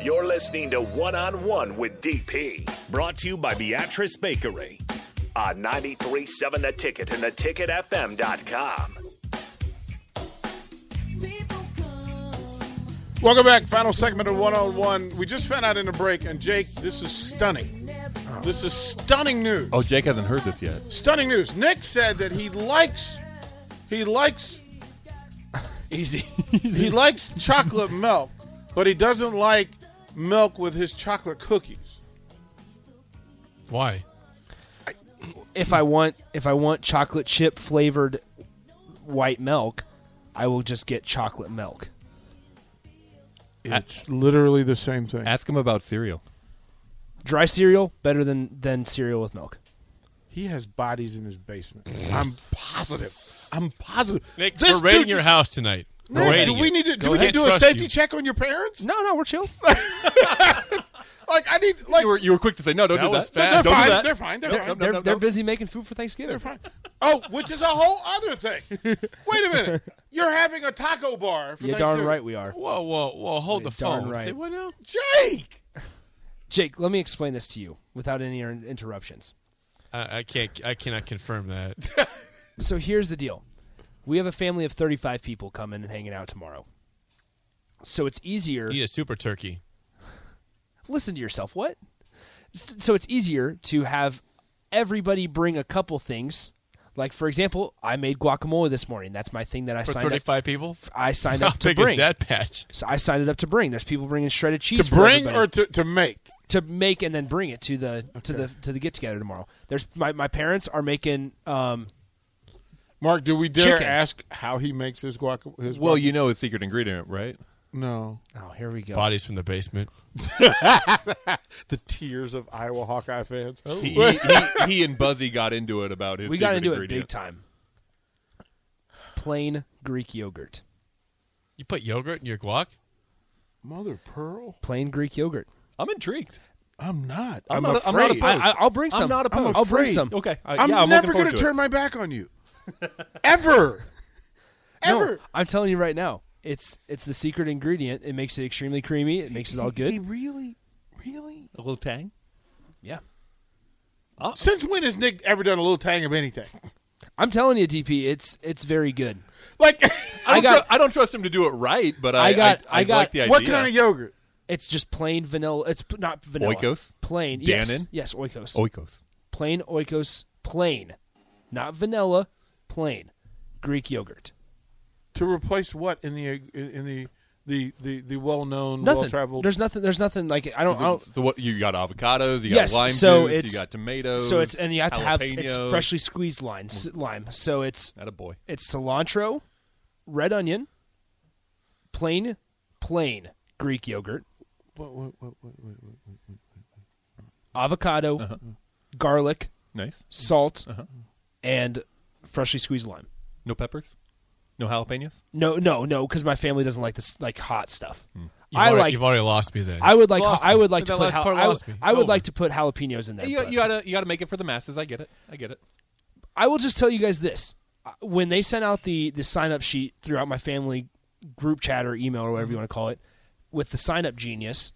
You're listening to One on One with DP, brought to you by Beatrice Bakery on 93.7 The Ticket and theticketfm.com. Welcome back. Final segment of 101. We just found out in the break, and Jake, this is stunning. This is stunning news. Oh, Jake hasn't heard this yet. Stunning news. Nick said that he likes he likes Easy. he likes chocolate milk, but he doesn't like milk with his chocolate cookies. Why? if I want if I want chocolate chip flavored white milk, I will just get chocolate milk. It's literally the same thing. Ask him about cereal. Dry cereal better than than cereal with milk. He has bodies in his basement. I'm positive. I'm positive. Nick, This we're raiding dude your just- house tonight. We're Nick, do raiding we it. need to do, Go we ahead, need to do a trust safety you. check on your parents? No, no, we're chill. Like I need like You were, you were quick to say, no, don't That do that. was they're, fast. Don't do fine, that. they're fine. They're No, fine. no, no, They're, no, they're no. busy making food for Thanksgiving. They're fine. Oh, which is a whole other thing. Wait a minute. You're having a taco bar for You're darn Thanksgiving. right we are. Whoa, whoa, whoa! Hold the darn phone. right. Say what now? Jake. Jake, let me explain this to you without any in- interruptions. I, I can't. I cannot confirm that. So here's the deal. We have a family of 35 people coming and hanging out tomorrow. So it's easier. Eat a super turkey. listen to yourself. What? S- So it's easier to have everybody bring a couple things. Like for example, I made guacamole this morning. That's my thing that I For signed up. thirty-five people. I signed How up to big bring. is that patch? So I signed it up to bring. There's people bringing shredded cheese To for bring everybody. or to, to make? to make and then bring it to the to the to the get together tomorrow. There's my, my parents are making um, Mark, do we dare Chicken. ask how he makes his guac? His Well, guac- you know his secret ingredient, right? no. oh here we go. Bodies from the basement. The tears of Iowa Hawkeye fans. He, he, he, he and Buzzy got into it about his we secret got into it ingredient. big time. Plain Greek yogurt. You put yogurt in your guac. Mother Pearl, Plain Greek yogurt. I'm intrigued. I'm not. I'm I'm, not- I'm not afraid. opposed. I, I, I'll bring I'm some. not I'll opposed. bring Afraid. some. Okay. I, I'm yeah, I'm never going gonna to turn my back on you, ever, ever. No, I'm telling you right now, it's it's the secret ingredient. It makes it extremely creamy. It makes it all He good. really, really. A little tang? Yeah, Since when has Nick ever done a little tang of anything? I'm telling you, DP, it's it's very good. Like, I, I don't got- tru- I don't trust him to do it right, but I, I got- I got- like the idea. what kind of yogurt? It's just plain vanilla. It's p- not vanilla. Oikos? Plain. Dannon? Yes. Yes. Oikos. Oikos. plain oikos. Plain, not vanilla. Plain Greek yogurt. to replace what in the in the the the, the well known Nothing. well traveled There's nothing. There's nothing like I don't. I don't So what you got avocados, you Oh. Yes, got lime so juice, it's- you got tomatoes. so it's and you have to have it's jalapenos. freshly squeezed lime. s- Lime. So it's Not a boy. It's cilantro, red onion, plain, plain Greek yogurt, avocado, Uh-huh. garlic, Nice. salt, and freshly squeezed lime. No peppers? No jalapenos? No, no, no, because my family doesn't like this like hot stuff. Hmm. You've I already, like. You've already lost me then. I would like. Lost I me. would like That to put. last jal- part I, would- lost me. It's I would over. like to put jalapenos in there. You, but- you gotta you gotta make it for the masses. I get it. I get it. I will just tell you guys this: Uh, when they sent out the the sign up sheet throughout my family group chat or email or Mm-hmm. whatever you want to call it, with the sign up genius,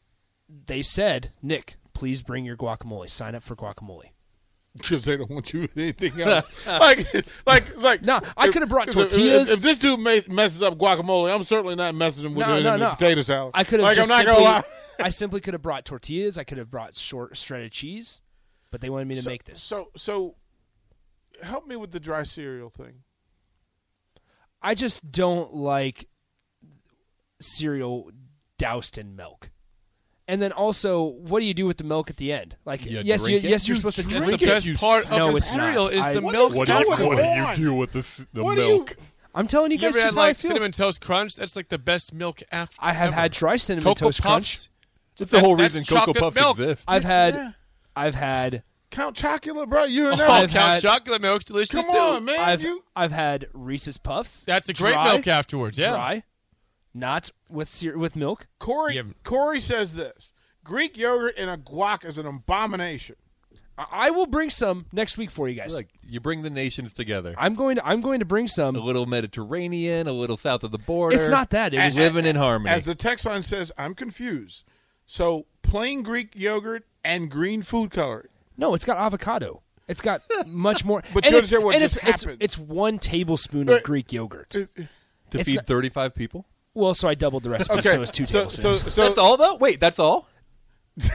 they said, "Nick, please bring your guacamole. Sign up for guacamole." because they don't want you with anything else. like like it's like No, I if- coulda brought if- if- tortillas. If, this dude mes- messes up guacamole, I'm certainly not messing him with No, it no, in the no. potato salad. I could have. like just I'm not simply, gonna lie. I simply could have brought tortillas. I could have brought short shredded cheese, but they wanted me to make this. So so help me with the dry cereal thing. I just don't like cereal doused in milk. And then also, what do you do with the milk at the end? Like, You yes, you, drink it? yes, you're supposed to That's drink the it. best part No, of the it's not. cereal is I- the What milk. is going afterwards. on? What do you with this, the what do you? I'm telling you You guys, ever this had is how I like feel. cinnamon toast crunch? That's like the best milk after. I have had dry cinnamon Cocoa toast crunch. Puffs. That's the whole That's- reason that's Cocoa chocolate Puffs milk. exist. I've had, Yeah. I've had, Count Chocula, bro. You and Oh, I. I've Count had- chocolate milk's delicious Come too. on, man. I've, you I've had Reese's Puffs. That's a great Dry, milk afterwards. Yeah. Dry, not with cere- with milk. Corey You haven't- Corey says this: Greek yogurt in a guac is an abomination. I, I will bring some next week for you guys. Look, you bring the nations together. I'm going to, I'm going to bring A some. little Mediterranean, a little south of the border. It's not that. It was living in harmony. As the text line says, I'm confused. So plain Greek yogurt and green food coloring. No, it's got avocado. It's got much more. But and you it's, understand what and just it's, happened. It's, it's one tablespoon Right. of Greek yogurt. to It's feed not- 35 people. Well, so I doubled the recipe, Okay, so it was two so, so, tablespoons. so that's all though. Wait, that's all.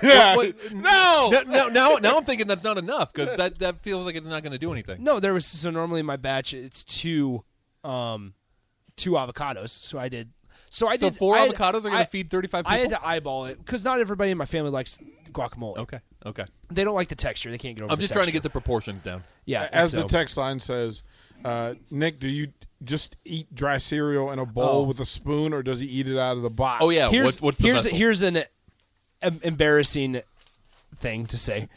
Yeah. What- No! no, no, now, now I'm thinking that's not enough because that, that feels like it's not going to do anything. No, there was so normally in my batch it's two, um, two avocados. So I did. So I So did. four I had- avocados are going I- to feed 35 people. I had to eyeball it because not everybody in my family likes guacamole. okay, okay. They don't like the texture. They can't get over. I'm just trying to get the proportions down. yeah. and As the so- text line says, uh, Nick, do you just eat dry cereal in a bowl Oh. with a spoon, or does he eat it out of the box? Oh yeah, here's what's what's the here's vessel? here's an em- embarrassing thing to say.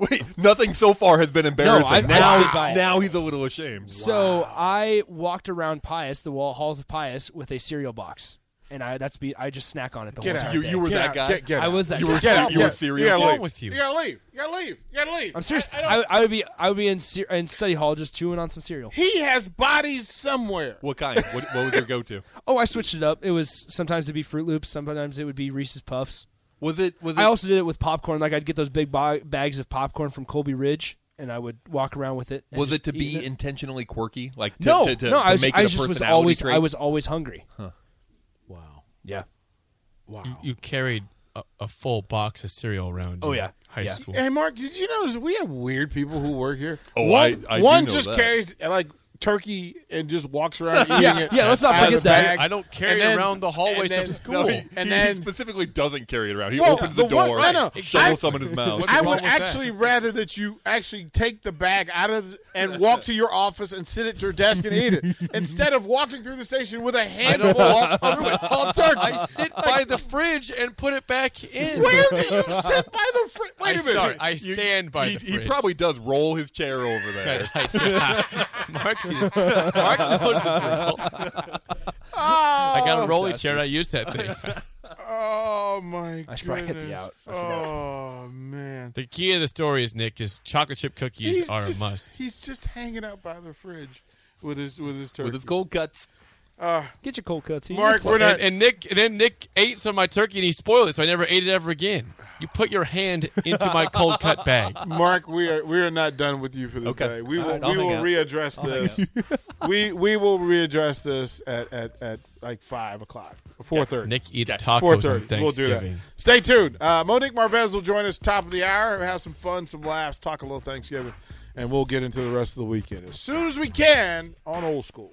Wait, nothing so far has been embarrassing. I- I stood by now, it. now he's a little ashamed. So I walked around Pius, the wall halls of Pius, with a cereal box, and I that's be I just snack on it the Get whole out. time. You, you were Get that out, guy. get- get I out. was that. You were- guy. Get out. You were yeah, serious? Yeah, What's wrong leave. with you? You gotta leave. You gotta leave. You gotta leave. I'm serious. I- I I, don't- I, would be I would be in cere- in study hall just chewing on some cereal. he has bodies somewhere. What kind? What, what was your go-to? Oh, I switched it up. It was sometimes it'd be Fruit Loops, sometimes it would be Reese's Puffs. Was it? Was it? I also did it with popcorn. Like I'd get those big bo- bags of popcorn from Colby Ridge, and I would walk around with it. and was it just to eat be intentionally quirky? Like to, no, to, to, no. to I was, make I it a just was personality always trait? I was always hungry. Wow. Yeah. You, you carried a, a full box of cereal around. Oh, in yeah. High Yeah. school. Hey, Mark, did you notice we have weird people who work here? Oh, One- I- I do one know just that. carries like turkey and just walks around eating Yeah, it. yeah, let's not out of forget the that. bag. I don't carry And then- around the hallways and of then- school. no, He- and he then specifically doesn't carry it around. He Well, opens the the, one- door, I know. shovels I- some in his mouth. What's I wrong would with that? actually rather that you actually take the bag out of and walk to your office and sit at your desk and eat it instead of walking through the station with a handful of all turkey. I sit by the fridge and put it back in. Where do you sit by the fridge? Wait a I'm minute. sorry, I You- stand by he, the he fridge. probably does roll his chair over there. Mark's used- Mark knows the drill. I got a rolly chair. and I used that thing. Oh my! I should probably hit the goodness. out. I forgot. Oh man, The key of the story is Nick is chocolate chip cookies he's are just, a must. He's just hanging out by the fridge with his with his turkey. With his cold cuts. Get your cold cuts. Mark, we're not. And, and Nick, and then Nick ate some of my turkey and he spoiled it, so I never ate it ever again. You put your hand into my cold cut bag. Mark, we are we are not done with you for the uh, Okay. day. We All will right, I'll we hang will out. readdress this. we we will readdress this at at, at like five o'clock, four thirty. Nick eats tacos Four on thirty. Thanksgiving. We'll do that. Stay tuned. Uh, Monique Marvez will join us top of the hour. Have some fun, some laughs, talk a little Thanksgiving, and we'll get into the rest of the weekend as soon as we can on Old School.